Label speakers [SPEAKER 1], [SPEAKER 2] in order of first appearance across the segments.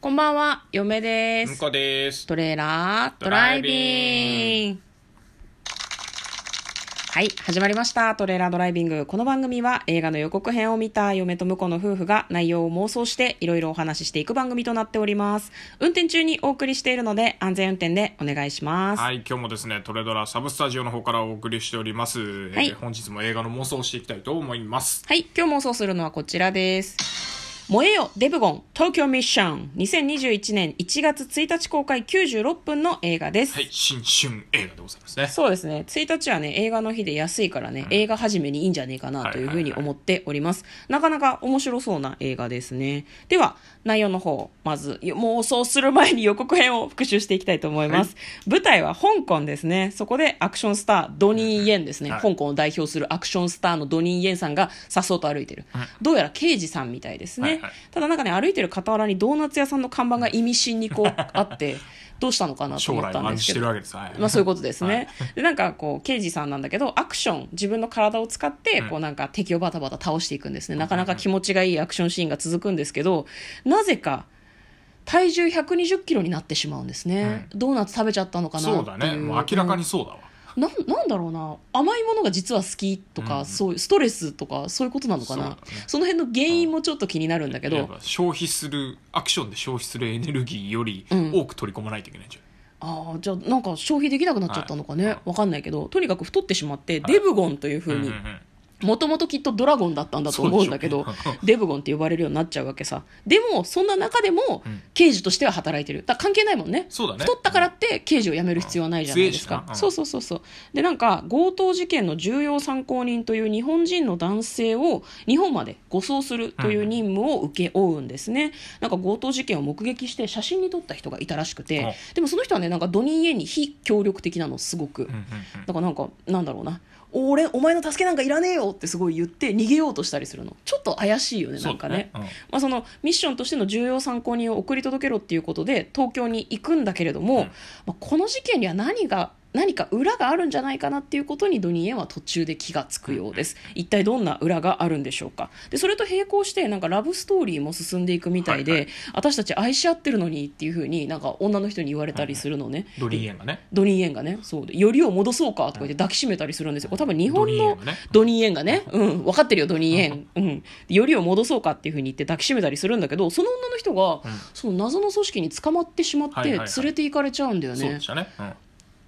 [SPEAKER 1] こんばんは、嫁で
[SPEAKER 2] 向
[SPEAKER 1] す。
[SPEAKER 2] こうです。
[SPEAKER 1] トレーラードライビング。はい、始まりました。トレーラードライビング。この番組は映画の予告編を見た嫁と婿の夫婦が内容を妄想していろいろお話ししていく番組となっております。運転中にお送りしているので安全運転でお願いします。
[SPEAKER 2] はい、今日もですね、トレドラサブスタジオの方からお送りしております。えー
[SPEAKER 1] はい
[SPEAKER 2] 本日も映画の妄想をしていきたいと思います。
[SPEAKER 1] はい、今日妄想するのはこちらです。燃えよデブゴン東京ミッション2021年1月1日公開96分の映画です。
[SPEAKER 2] はい、新春映画でございますね。
[SPEAKER 1] そうですね1日はね映画の日で安いからね、映画始めにいいんじゃねえかなというふうに思っております、なかなか面白そうな映画ですねでは内容の方まずよ妄想する前に予告編を復習していきたいと思います、舞台は香港ですねそこでアクションスタードニー・イエンですね、
[SPEAKER 2] はい
[SPEAKER 1] 香港を代表するアクションスターのドニー・イエンさんがさっそうと歩いてる、どうやら刑事さんみたいですね、
[SPEAKER 2] はいはい
[SPEAKER 1] ただなんかね歩いてる傍らにドーナツ屋さんの看板が意味深にこうあ ってどうしたのかなと
[SPEAKER 2] 将
[SPEAKER 1] 思っ
[SPEAKER 2] 来
[SPEAKER 1] た
[SPEAKER 2] を
[SPEAKER 1] ん
[SPEAKER 2] 暗
[SPEAKER 1] で
[SPEAKER 2] 示
[SPEAKER 1] す
[SPEAKER 2] し
[SPEAKER 1] け
[SPEAKER 2] て
[SPEAKER 1] ど
[SPEAKER 2] るわけです。はい。
[SPEAKER 1] まあそういうことです
[SPEAKER 2] は
[SPEAKER 1] ね
[SPEAKER 2] い。
[SPEAKER 1] で、なんかこう、刑事さんなんだけど、アクション、自分の体を使って、こうなんか敵をバタバタ倒していくんですね。なかなか気持ちがいいアクションシーンが続くんですけど、なぜか、体重120キロになってしまうんですね。ドーナツ食べちゃったのかな
[SPEAKER 2] そうだ
[SPEAKER 1] って
[SPEAKER 2] ね。
[SPEAKER 1] い
[SPEAKER 2] もう明らかにそうだわ。
[SPEAKER 1] なんなんだろうな甘いものが実は好きとか、そういうストレスとかそういうことなのかなそ,、
[SPEAKER 2] そうだね
[SPEAKER 1] の辺の原因もちょっと気になるんだけ
[SPEAKER 2] いわ
[SPEAKER 1] ど
[SPEAKER 2] ば消費する、アクションで消費するエネルギーより
[SPEAKER 1] うん
[SPEAKER 2] 多く取り込まないといけないんじゃん。
[SPEAKER 1] ああじゃあなんか消費できなくなっちゃったのかね、
[SPEAKER 2] はい
[SPEAKER 1] わかんないけどとにかく太ってしまって、
[SPEAKER 2] はい
[SPEAKER 1] デブゴンというふう
[SPEAKER 2] うんう
[SPEAKER 1] に
[SPEAKER 2] んうん
[SPEAKER 1] もともときっとドラゴンだったんだと思うんだけど
[SPEAKER 2] そうでしょうね
[SPEAKER 1] デブゴンって呼ばれるようになっちゃうわけさでもそんな中でも
[SPEAKER 2] うん
[SPEAKER 1] 刑事としては働いてるだから関係ないもんね
[SPEAKER 2] そうだね
[SPEAKER 1] 太ったからって刑事を辞める必要はないじゃないですか、
[SPEAKER 2] うん強いしなうん
[SPEAKER 1] そうそうそうそうでなんか強盗事件の重要参考人という日本人の男性を日本まで護送するという任務を請け負うんですね、なんか強盗事件を目撃して写真に撮った人がいたらしくて、
[SPEAKER 2] うん
[SPEAKER 1] でもその人はねなんかドニー・イエンに非協力的なのすごく、
[SPEAKER 2] うんうん
[SPEAKER 1] だからなんかなんだろうな俺お前の助けなんかいらねえよってすごい言って逃げようとしたりするのちょっと怪しいよ
[SPEAKER 2] う
[SPEAKER 1] ね
[SPEAKER 2] ん。
[SPEAKER 1] なんかね
[SPEAKER 2] そうだね
[SPEAKER 1] まあ、そのミッションとしての重要参考人を送り届けろっていうことで東京に行くんだけれども、
[SPEAKER 2] うん
[SPEAKER 1] まあ、この事件には何が何か裏があるんじゃないかなっていうことにドニーエンは途中で気がつくようです一体どんな裏があるんでしょうかでそれと並行してなんかラブストーリーも進んでいくみたいで、
[SPEAKER 2] はいは
[SPEAKER 1] 私たち愛し合ってるのにっていうふうになんか女の人に言われたりするのね、
[SPEAKER 2] うんドリーエンがね。
[SPEAKER 1] ドニー・エンがね、そうで、よりを戻そうかとか言って抱きしめたりするんですよ。これ多分日
[SPEAKER 2] ド
[SPEAKER 1] 本
[SPEAKER 2] リーエ
[SPEAKER 1] の
[SPEAKER 2] ンがね。
[SPEAKER 1] ドニー・エンがね、うん、分かってるよ、ドニー・エン。うん。よりを戻そうかっていうふうに言って抱きしめたりするんだけど、その女の人が、
[SPEAKER 2] うん
[SPEAKER 1] その謎の組織に捕まってしまって、
[SPEAKER 2] はいはいはい
[SPEAKER 1] 連れて行かれちゃうんだよ
[SPEAKER 2] そう
[SPEAKER 1] ね
[SPEAKER 2] でし。たね。うん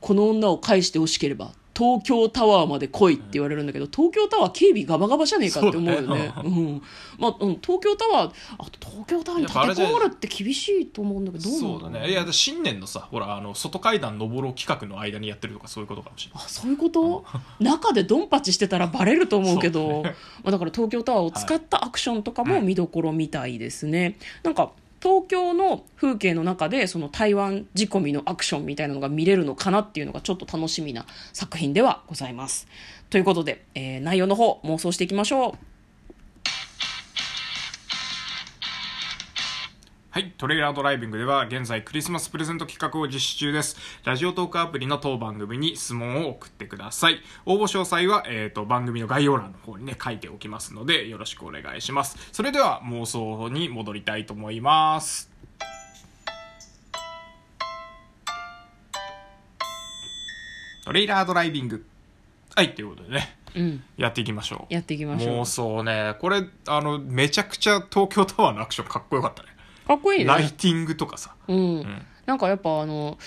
[SPEAKER 1] この女を返してほしければ、東京タワーまで来いって言われるんだけど、東京タワー警備ガバガバじゃねえかって思うよ
[SPEAKER 2] そう
[SPEAKER 1] ね
[SPEAKER 2] ね。
[SPEAKER 1] うん、まあ、うん、東京タワー、あと東京タワーに立てこもるって厳しいと思うんだけど、どうな
[SPEAKER 2] そ
[SPEAKER 1] ん
[SPEAKER 2] う
[SPEAKER 1] だろ
[SPEAKER 2] だ
[SPEAKER 1] う
[SPEAKER 2] ねいや新年のさほらあの外階段登ろう企画の間にやってるとかそういうことかもしれない
[SPEAKER 1] あそういうこと中でドンパチしてたらバレると思うけど
[SPEAKER 2] そうね
[SPEAKER 1] まあ、だから東京タワーを使ったアクションとかも見どころみたいですね、なんか東京の風景の中でその台湾仕込みのアクションみたいなのが見れるのかなっていうのがちょっと楽しみな作品ではございますということで、えー内容の方妄想していきましょう
[SPEAKER 2] はい。トレーラードライビングでは現在クリスマスプレゼント企画を実施中です。ラジオトークアプリの当番組に質問を送ってください。応募詳細は、えっ、と、番組の概要欄の方にね、書いておきますので、よろしくお願いします。それでは妄想に戻りたいと思います。トレーラードライビング。はい、ということでね、
[SPEAKER 1] うん
[SPEAKER 2] やっていきましょう。
[SPEAKER 1] やっていきましょ
[SPEAKER 2] 妄想ね、これ、あの、めちゃくちゃ東京タワーのアクションかっこよかったね。
[SPEAKER 1] うかっこいい
[SPEAKER 2] ライ
[SPEAKER 1] ね
[SPEAKER 2] ティングとかさ、
[SPEAKER 1] うん、
[SPEAKER 2] うん
[SPEAKER 1] なんかやっぱあの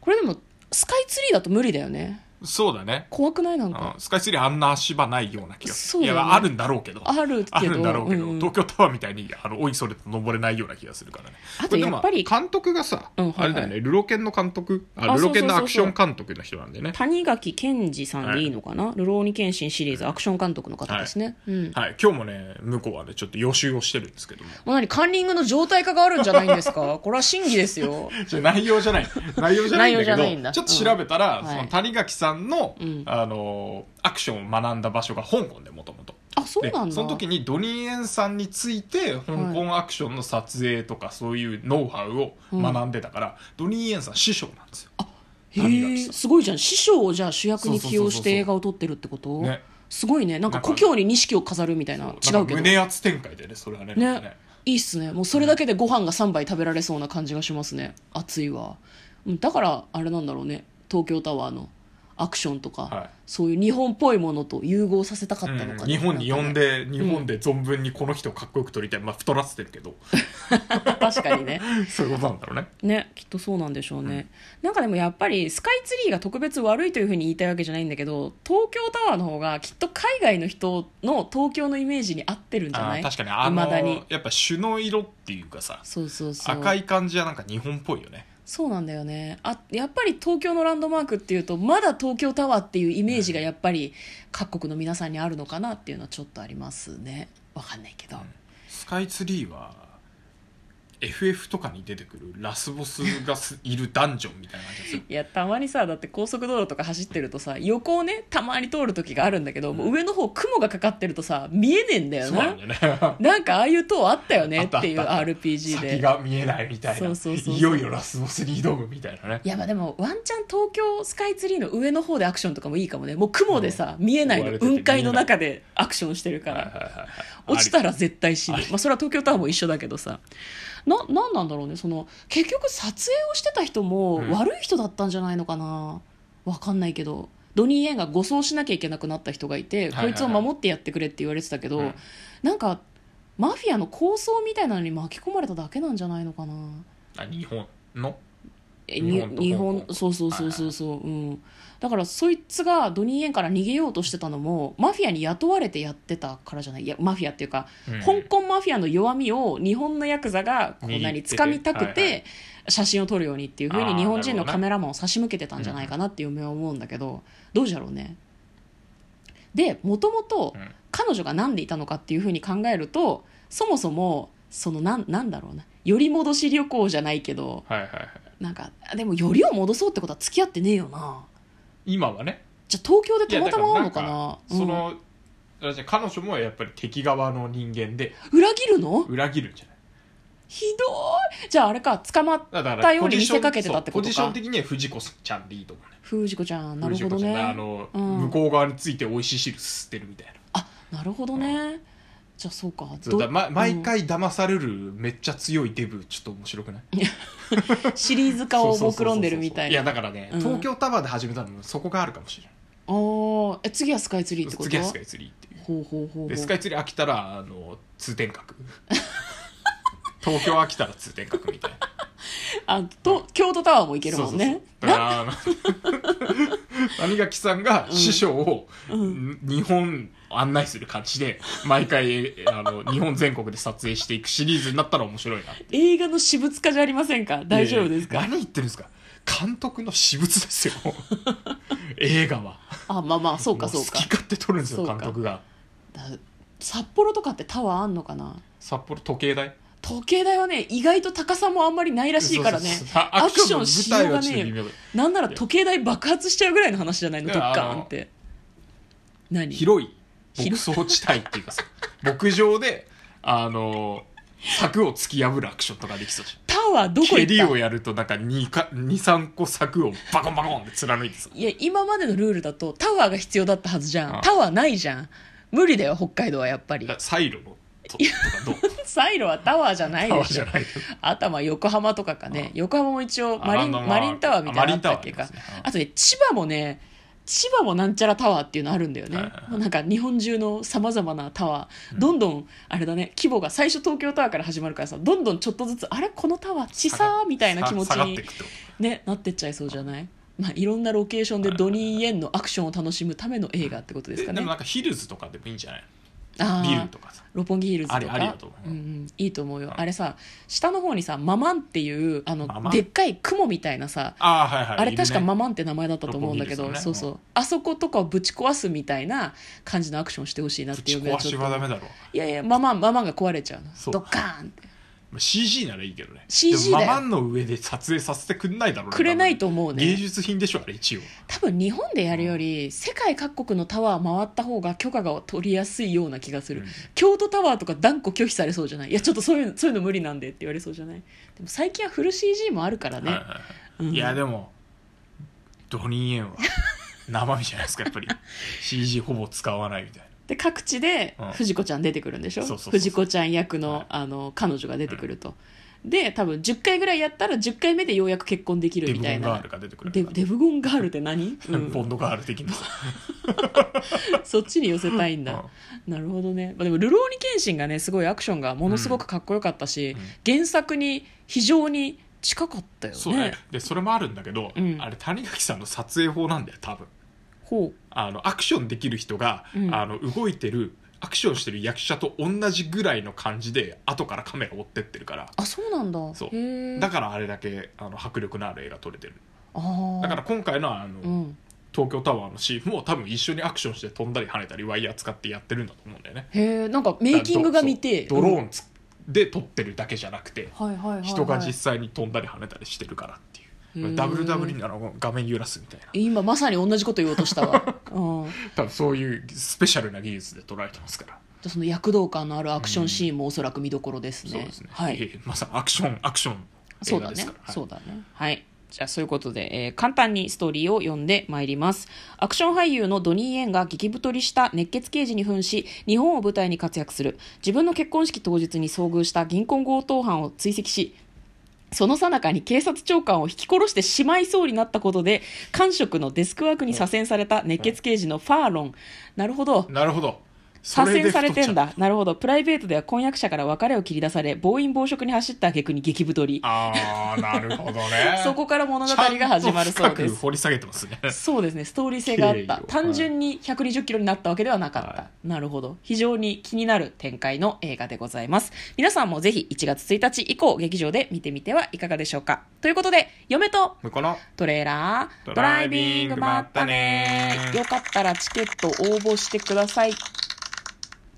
[SPEAKER 1] これでもスカイツリーだと無理だよね
[SPEAKER 2] そうだね、
[SPEAKER 1] 怖くないなん
[SPEAKER 2] う
[SPEAKER 1] か
[SPEAKER 2] ん、スカイツリーあんな足場ないような気がす
[SPEAKER 1] そう
[SPEAKER 2] る、
[SPEAKER 1] だ
[SPEAKER 2] い
[SPEAKER 1] ね
[SPEAKER 2] やあるんだろうけど
[SPEAKER 1] あるけど
[SPEAKER 2] あるんだろうけど、
[SPEAKER 1] うん
[SPEAKER 2] 東京タワーみたいにあのおいそれと登れないような気がするからね
[SPEAKER 1] あと
[SPEAKER 2] これでも
[SPEAKER 1] やっぱり
[SPEAKER 2] 監督がさ、
[SPEAKER 1] うんはいはい
[SPEAKER 2] あれだよねルロケンの監督あ
[SPEAKER 1] あ
[SPEAKER 2] ルロ
[SPEAKER 1] そうそうそう
[SPEAKER 2] ケン
[SPEAKER 1] そ
[SPEAKER 2] の
[SPEAKER 1] う
[SPEAKER 2] アクション監督の人なんでね
[SPEAKER 1] 谷垣健二さんでいいのかな、ルローニケンシンシリーズアクション監督の方ですね。うん。
[SPEAKER 2] はい、今日もね向こうはねちょっと予習をしてるんです けども
[SPEAKER 1] もう何カンニングの状態化があるんじゃないんです かこれは真偽ですよ。
[SPEAKER 2] じゃあ内容じゃない内容じゃないん
[SPEAKER 1] 内
[SPEAKER 2] だけ
[SPEAKER 1] 容じゃないん
[SPEAKER 2] ど
[SPEAKER 1] だ
[SPEAKER 2] ちょっと調べたら、
[SPEAKER 1] うん
[SPEAKER 2] そ
[SPEAKER 1] は
[SPEAKER 2] の
[SPEAKER 1] い
[SPEAKER 2] 谷垣さんの、
[SPEAKER 1] うん
[SPEAKER 2] あのアクションを学んだ場所が香港でもともと
[SPEAKER 1] あ、そうなん
[SPEAKER 2] で
[SPEAKER 1] だ。
[SPEAKER 2] その時にドニー・エンさんについて香港アクションの撮影とかそういうノウハウを学んでたから、ドニー・エンさん師匠なんですよ、谷
[SPEAKER 1] へ
[SPEAKER 2] 垣
[SPEAKER 1] え、
[SPEAKER 2] さん
[SPEAKER 1] すごいじゃん。師匠をじゃあ主役に起用し
[SPEAKER 2] そうそうそうそうそ
[SPEAKER 1] て
[SPEAKER 2] う
[SPEAKER 1] 映画を撮ってるってこと、
[SPEAKER 2] ね
[SPEAKER 1] すごいね。なんか
[SPEAKER 2] なんか
[SPEAKER 1] 故郷に錦を飾るみたいな。違うけど。
[SPEAKER 2] 胸圧展開でねそれはねなんかね
[SPEAKER 1] いいっすねもうそれだけでご飯が3杯食べられそうな感じがしますね暑いわうんだからあれなんだろうね東京タワーのアクションとか、
[SPEAKER 2] はい
[SPEAKER 1] そういう日本っぽいものと融合させたかったのかな、
[SPEAKER 2] うん日本に呼ん
[SPEAKER 1] で
[SPEAKER 2] で、日本で存分にこの人をかっこよく撮りたい、まあ太らせてる けど
[SPEAKER 1] 確かにね
[SPEAKER 2] そういうことなんだろうね
[SPEAKER 1] ねきっとそうなんでしょうね、なんかでもやっぱりスカイツリーが特別悪いというふうに言いたいわけじゃないんだけど東京タワーの方がきっと海外の人の東京のイメージに合ってるんじゃ
[SPEAKER 2] あ
[SPEAKER 1] な
[SPEAKER 2] ー
[SPEAKER 1] い
[SPEAKER 2] 確かにあ
[SPEAKER 1] 未だに
[SPEAKER 2] のやっぱ朱の色っていうかさ
[SPEAKER 1] そうそうそう
[SPEAKER 2] 赤い感じはなんか日本っぽいよね
[SPEAKER 1] そうなんだよねあやっぱり東京のランドマークっていうとまだ東京タワーっていうイメージがやっぱり各国の皆さんにあるのかなっていうのはちょっとありますねわかんないけど、
[SPEAKER 2] スカイツリーは FF とかに出てくるラスボスがすいるダンジョンみたいな感じがする
[SPEAKER 1] いやたまにさだって高速道路とか走ってるとさ横をねたまに通る時があるんだけど、もう上の方雲がかかってるとさ見えねえんだよ
[SPEAKER 2] そう
[SPEAKER 1] な
[SPEAKER 2] なんだよ ね
[SPEAKER 1] なんかああいう塔あったよねっていう
[SPEAKER 2] あったあった
[SPEAKER 1] RPG で
[SPEAKER 2] 先が見えないみたいな
[SPEAKER 1] そうそうそうそう
[SPEAKER 2] いよいよラスボスに挑むみたいなね
[SPEAKER 1] いやまあでもワンチャン東京スカイツリーの上の方でアクションとかもいいかもねもう雲でさ、見えないの
[SPEAKER 2] 覆われてて
[SPEAKER 1] 雲海の中でアクションしてるから、
[SPEAKER 2] はいはいはいはい
[SPEAKER 1] 落ちたら絶対死ぬ
[SPEAKER 2] あり
[SPEAKER 1] まあ、それは東京タワーも一緒だけどさななんなんだろうねその結局撮影をしてた人も
[SPEAKER 2] うん
[SPEAKER 1] 悪い人だったんじゃないのかな、わかんないけどドニー・イエンが護送しなきゃいけなくなった人がいて、
[SPEAKER 2] はいはいはい
[SPEAKER 1] こいつを守ってやってくれって言われてたけど、
[SPEAKER 2] うん
[SPEAKER 1] なんかマフィアの抗争みたいなのに巻き込まれただけなんじゃないのかな
[SPEAKER 2] あ日本の
[SPEAKER 1] え
[SPEAKER 2] 日
[SPEAKER 1] に
[SPEAKER 2] 本と
[SPEAKER 1] 日
[SPEAKER 2] 香
[SPEAKER 1] 本
[SPEAKER 2] 港
[SPEAKER 1] そうそうそうそうそう、うん、だからそいつがドニー・イエンから逃げようとしてたのもマフィアに雇われてやってたからじゃないいやマフィアっていうか香港マフィアの弱みを日本のヤクザがこう
[SPEAKER 2] 握って
[SPEAKER 1] 何
[SPEAKER 2] て
[SPEAKER 1] つかみたく
[SPEAKER 2] はいは
[SPEAKER 1] て写真を撮るようにっていうふう
[SPEAKER 2] あ
[SPEAKER 1] に
[SPEAKER 2] ー
[SPEAKER 1] 日本人
[SPEAKER 2] な
[SPEAKER 1] の
[SPEAKER 2] るほどね
[SPEAKER 1] カメラマンを差し向けてたんじゃないかなっていう夢は思うんだけどどうじゃろうね。でもともと
[SPEAKER 2] うん
[SPEAKER 1] 彼女が何でいたのかっていうふうに考えるとそもそもそのなんなんだろうなより戻し旅行じゃないけど
[SPEAKER 2] はいはいはい
[SPEAKER 1] なんかでもよりを戻そうってことは付き合ってねえよな
[SPEAKER 2] 今はね
[SPEAKER 1] じゃあ東京で
[SPEAKER 2] い
[SPEAKER 1] た
[SPEAKER 2] や
[SPEAKER 1] ま
[SPEAKER 2] だ
[SPEAKER 1] た
[SPEAKER 2] から
[SPEAKER 1] ま会う
[SPEAKER 2] な
[SPEAKER 1] の
[SPEAKER 2] んか
[SPEAKER 1] かな
[SPEAKER 2] その私彼女もやっぱり敵側の人間で
[SPEAKER 1] うん裏切るの
[SPEAKER 2] 裏切るんじゃない
[SPEAKER 1] ひどいじゃああれか捕まっ
[SPEAKER 2] だから
[SPEAKER 1] だよう
[SPEAKER 2] ポ
[SPEAKER 1] に
[SPEAKER 2] ジ
[SPEAKER 1] 見
[SPEAKER 2] ション
[SPEAKER 1] せかけてたってことか
[SPEAKER 2] そうポジション的には藤子ちゃんでいいと思うね
[SPEAKER 1] 藤子ちゃんなるほ
[SPEAKER 2] 藤
[SPEAKER 1] ど
[SPEAKER 2] 子ちゃん
[SPEAKER 1] ね
[SPEAKER 2] があの、
[SPEAKER 1] うん
[SPEAKER 2] 向こう側について美味しい汁吸ってるみたいな
[SPEAKER 1] あなるほどね、じゃあそうか
[SPEAKER 2] そうだ、
[SPEAKER 1] ど
[SPEAKER 2] ま、毎
[SPEAKER 1] うん
[SPEAKER 2] 回騙されるめっちゃ強いデブちょっと面白くない
[SPEAKER 1] シリーズ化
[SPEAKER 2] 顔
[SPEAKER 1] を目論んでるみたい
[SPEAKER 2] いや
[SPEAKER 1] な
[SPEAKER 2] だからね、
[SPEAKER 1] うん
[SPEAKER 2] 東京タワーで始めたのもそこがあるかもしれない
[SPEAKER 1] おーえ次はスカイツリーってこと
[SPEAKER 2] 次はスカイツリーっていう
[SPEAKER 1] ほうほうほうほ
[SPEAKER 2] でスカ
[SPEAKER 1] う
[SPEAKER 2] イツリー飽きたらあの通 天閣東京飽きたら通天閣みたいな
[SPEAKER 1] あと京都タワーも行けるもんね
[SPEAKER 2] そうそうそうだ からあの谷垣さんが師匠を、日本案内する感じで毎回あの日本全国で撮影していくシリーズになったら面白いな
[SPEAKER 1] 映画の私物化じゃありませんか大丈夫です
[SPEAKER 2] い
[SPEAKER 1] か
[SPEAKER 2] やいや何言ってるんですか監督の私物で すよ映画は
[SPEAKER 1] あまあまあそうか
[SPEAKER 2] も
[SPEAKER 1] そうか
[SPEAKER 2] 好き勝手撮るんです
[SPEAKER 1] そ
[SPEAKER 2] よ
[SPEAKER 1] うか
[SPEAKER 2] 監督が
[SPEAKER 1] だ札幌とかってタワーあんのかな
[SPEAKER 2] 札幌時計台
[SPEAKER 1] 時計台はね意外と高さもあんまりないらしいからね
[SPEAKER 2] そうそうそうあ
[SPEAKER 1] アクションしようがねえ
[SPEAKER 2] 舞台はちょっと微妙だ
[SPEAKER 1] なんなら時計台爆発しちゃうぐらいの話じゃないのドッカーンって何
[SPEAKER 2] 広い牧
[SPEAKER 1] 広
[SPEAKER 2] 草地帯っていう かさ牧場であの柵を突き破るアクションとかできそうじゃん
[SPEAKER 1] タワーどこ
[SPEAKER 2] 蹴
[SPEAKER 1] 行っ
[SPEAKER 2] り
[SPEAKER 1] た
[SPEAKER 2] をやるとなんか23個柵をバコンバコンって貫いてさ
[SPEAKER 1] いや今までのルールだとタワーが必要だったはずじゃ
[SPEAKER 2] あ
[SPEAKER 1] ん
[SPEAKER 2] あ
[SPEAKER 1] タワーないじゃん無理だよ北海道はやっぱり
[SPEAKER 2] だサイロのととか どう
[SPEAKER 1] サイロはタワーじゃない
[SPEAKER 2] タワ
[SPEAKER 1] で
[SPEAKER 2] ー
[SPEAKER 1] し
[SPEAKER 2] じゃ
[SPEAKER 1] ょ
[SPEAKER 2] ない
[SPEAKER 1] あとはまあ横浜とかか
[SPEAKER 2] ああ
[SPEAKER 1] ね横浜も一応
[SPEAKER 2] あ
[SPEAKER 1] マリン
[SPEAKER 2] ランドマー
[SPEAKER 1] マ
[SPEAKER 2] ク
[SPEAKER 1] リンタワーみたいなのあったっけか
[SPEAKER 2] あマリンタワーありますねああ
[SPEAKER 1] あとね千葉もね千葉もなんちゃらタワーっていうのあるんだよね、
[SPEAKER 2] はいはいはい
[SPEAKER 1] もうなんか日本中のさまざまなタワー、どんどんあれだね規模が最初東京タワーから始まるからさどんどんちょっとずつあれこのタワー小さーみたいな気持ち
[SPEAKER 2] 下がって
[SPEAKER 1] に
[SPEAKER 2] いくと
[SPEAKER 1] ね、なってっちゃいそうじゃない、まあ、いろんなロケーションでドニー・イエンのアクションを楽しむための映画ってことですかね
[SPEAKER 2] でもなんかヒルズとかでもいいんじゃない
[SPEAKER 1] あ
[SPEAKER 2] ビル
[SPEAKER 1] ー
[SPEAKER 2] とかさ
[SPEAKER 1] 六本木ヒルズと
[SPEAKER 2] ありありだ
[SPEAKER 1] か
[SPEAKER 2] と思う
[SPEAKER 1] うんうん、いいと思うよ
[SPEAKER 2] ん
[SPEAKER 1] あれさ下の方にさママンっていうあの
[SPEAKER 2] ママン
[SPEAKER 1] でっかい雲みたいなさ
[SPEAKER 2] ああはいはい
[SPEAKER 1] あれ確かマ
[SPEAKER 2] い
[SPEAKER 1] マンって名前だったと思うんだけど、
[SPEAKER 2] 六本木ヒルズ
[SPEAKER 1] そ
[SPEAKER 2] の
[SPEAKER 1] うそ
[SPEAKER 2] ね
[SPEAKER 1] うあそことかをぶち壊すみたいな感じのアクションしてほしいなっ
[SPEAKER 2] るね
[SPEAKER 1] ていう
[SPEAKER 2] ぶち壊しはダメだろ
[SPEAKER 1] いやいやママンママンが壊れちゃうの
[SPEAKER 2] そう
[SPEAKER 1] ドッカーンって
[SPEAKER 2] まあ CG ならいいけどね
[SPEAKER 1] CG
[SPEAKER 2] でも
[SPEAKER 1] だよ
[SPEAKER 2] ママンの上で撮影させてくんないだろうね
[SPEAKER 1] くれないと思うね
[SPEAKER 2] 芸術品でしょあれ一応
[SPEAKER 1] 多分日本でやるより世界各国のタワー回った方が許可が取りやすいような気がする、
[SPEAKER 2] うん
[SPEAKER 1] 京都タワーとか断固拒否されそうじゃないいやちょっとそういうのそういうの無理なんでって言われそうじゃないでも最近はフル CG もあるからね、
[SPEAKER 2] はいはいはい
[SPEAKER 1] うん
[SPEAKER 2] いやでも ドニー・イエンは生身じゃないですかやっぱり CG ほぼ使わないみたいな
[SPEAKER 1] で各地で
[SPEAKER 2] うん
[SPEAKER 1] 藤子ちゃん出てくるんでしょ
[SPEAKER 2] そうそうそうそう
[SPEAKER 1] 藤子ちゃん役の,、
[SPEAKER 2] はい
[SPEAKER 1] あの彼女が出てくると、で多分10回ぐらいやったら10回目でようやく結婚でき
[SPEAKER 2] デ
[SPEAKER 1] るみ
[SPEAKER 2] ブゴ
[SPEAKER 1] たい
[SPEAKER 2] ンガ
[SPEAKER 1] な
[SPEAKER 2] ールが出てくる
[SPEAKER 1] デブデブゴンガールって 何、う
[SPEAKER 2] ボ
[SPEAKER 1] ん、
[SPEAKER 2] ンドガール的なさ
[SPEAKER 1] そっちに寄せたいん
[SPEAKER 2] う
[SPEAKER 1] だ
[SPEAKER 2] ん、
[SPEAKER 1] なるほどね、まあ、でも「流浪に剣心」がねすごいアクションがものすごくかっこよかったし、原作に非常に近かったよ
[SPEAKER 2] そう
[SPEAKER 1] ね
[SPEAKER 2] ねでそれもあるんだけど、
[SPEAKER 1] うん
[SPEAKER 2] あれ谷垣さんの撮影法なんだよ多分
[SPEAKER 1] ほ
[SPEAKER 2] あのアクションできる人が、
[SPEAKER 1] うん
[SPEAKER 2] あの動いてるアクションしてる役者と同じぐらいの感じで後からカメラ追ってってるから
[SPEAKER 1] うあそうなんだ
[SPEAKER 2] そう
[SPEAKER 1] へえ
[SPEAKER 2] だからあれだけあの迫力のある映画撮れてる
[SPEAKER 1] ああ
[SPEAKER 2] だから今回のあの、
[SPEAKER 1] うん
[SPEAKER 2] 東京タワーのシーンも多分一緒にアクションして飛んだり跳ねたりワイヤー使ってやってるんだと思うんだよね
[SPEAKER 1] へえんかメイキングが見て
[SPEAKER 2] そうドロ
[SPEAKER 1] う
[SPEAKER 2] ー
[SPEAKER 1] ん
[SPEAKER 2] ンつで撮ってるだけじゃなくて
[SPEAKER 1] はいはいはいはい
[SPEAKER 2] 人が実際に飛んだり跳ねたりしてるからってい
[SPEAKER 1] へ
[SPEAKER 2] う
[SPEAKER 1] ー
[SPEAKER 2] ダブルダブルにあの画面揺らすみたいな
[SPEAKER 1] 今まさに同じこと言おうとしたわ、うん、 じ
[SPEAKER 2] 多分そういうスペシャルな技術で捉えてますから
[SPEAKER 1] ゃあその躍動感のあるアクションシーンもおそらく見どころですね、
[SPEAKER 2] そうですね、
[SPEAKER 1] はい
[SPEAKER 2] ええまさにアクションアクション
[SPEAKER 1] そ
[SPEAKER 2] 映
[SPEAKER 1] うだ
[SPEAKER 2] 画
[SPEAKER 1] ね
[SPEAKER 2] ですから、はい
[SPEAKER 1] そうだねはいじゃあそういうことで、えー簡単にストーリーを読んでまいりますアクション俳優のドニー・イエンが激太りした熱血刑事に扮し日本を舞台に活躍する自分の結婚式当日に遭遇した銀行強盗犯を追跡しその最中に警察長官を引き殺してしまいそうになったことで官職のデスクワークに左遷された熱血刑事のファーロンなるほど
[SPEAKER 2] なるほど
[SPEAKER 1] 左遷されてん
[SPEAKER 2] そで太っちゃう
[SPEAKER 1] だなるほどプライベートでは婚約者から別れを切り出され暴飲暴食に走った挙句に激太り
[SPEAKER 2] ああなるほどね
[SPEAKER 1] そこから物語が始まるそう
[SPEAKER 2] ちゃん
[SPEAKER 1] で
[SPEAKER 2] と深く
[SPEAKER 1] す。
[SPEAKER 2] 掘り下げてますね
[SPEAKER 1] そうですね、ストーリー性があった
[SPEAKER 2] 経緯。を
[SPEAKER 1] 単純に120キロになったわけではなかった。
[SPEAKER 2] は
[SPEAKER 1] なるほど。非常に気になる展開の映画でございます。皆さんもぜひ1月1日以降、劇場で見てみてはいかがでしょうか。ということで、嫁と
[SPEAKER 2] 向こうの
[SPEAKER 1] トレーラー、
[SPEAKER 2] ドライビング
[SPEAKER 1] まったね
[SPEAKER 2] まったね
[SPEAKER 1] よかったらチケット応募してください。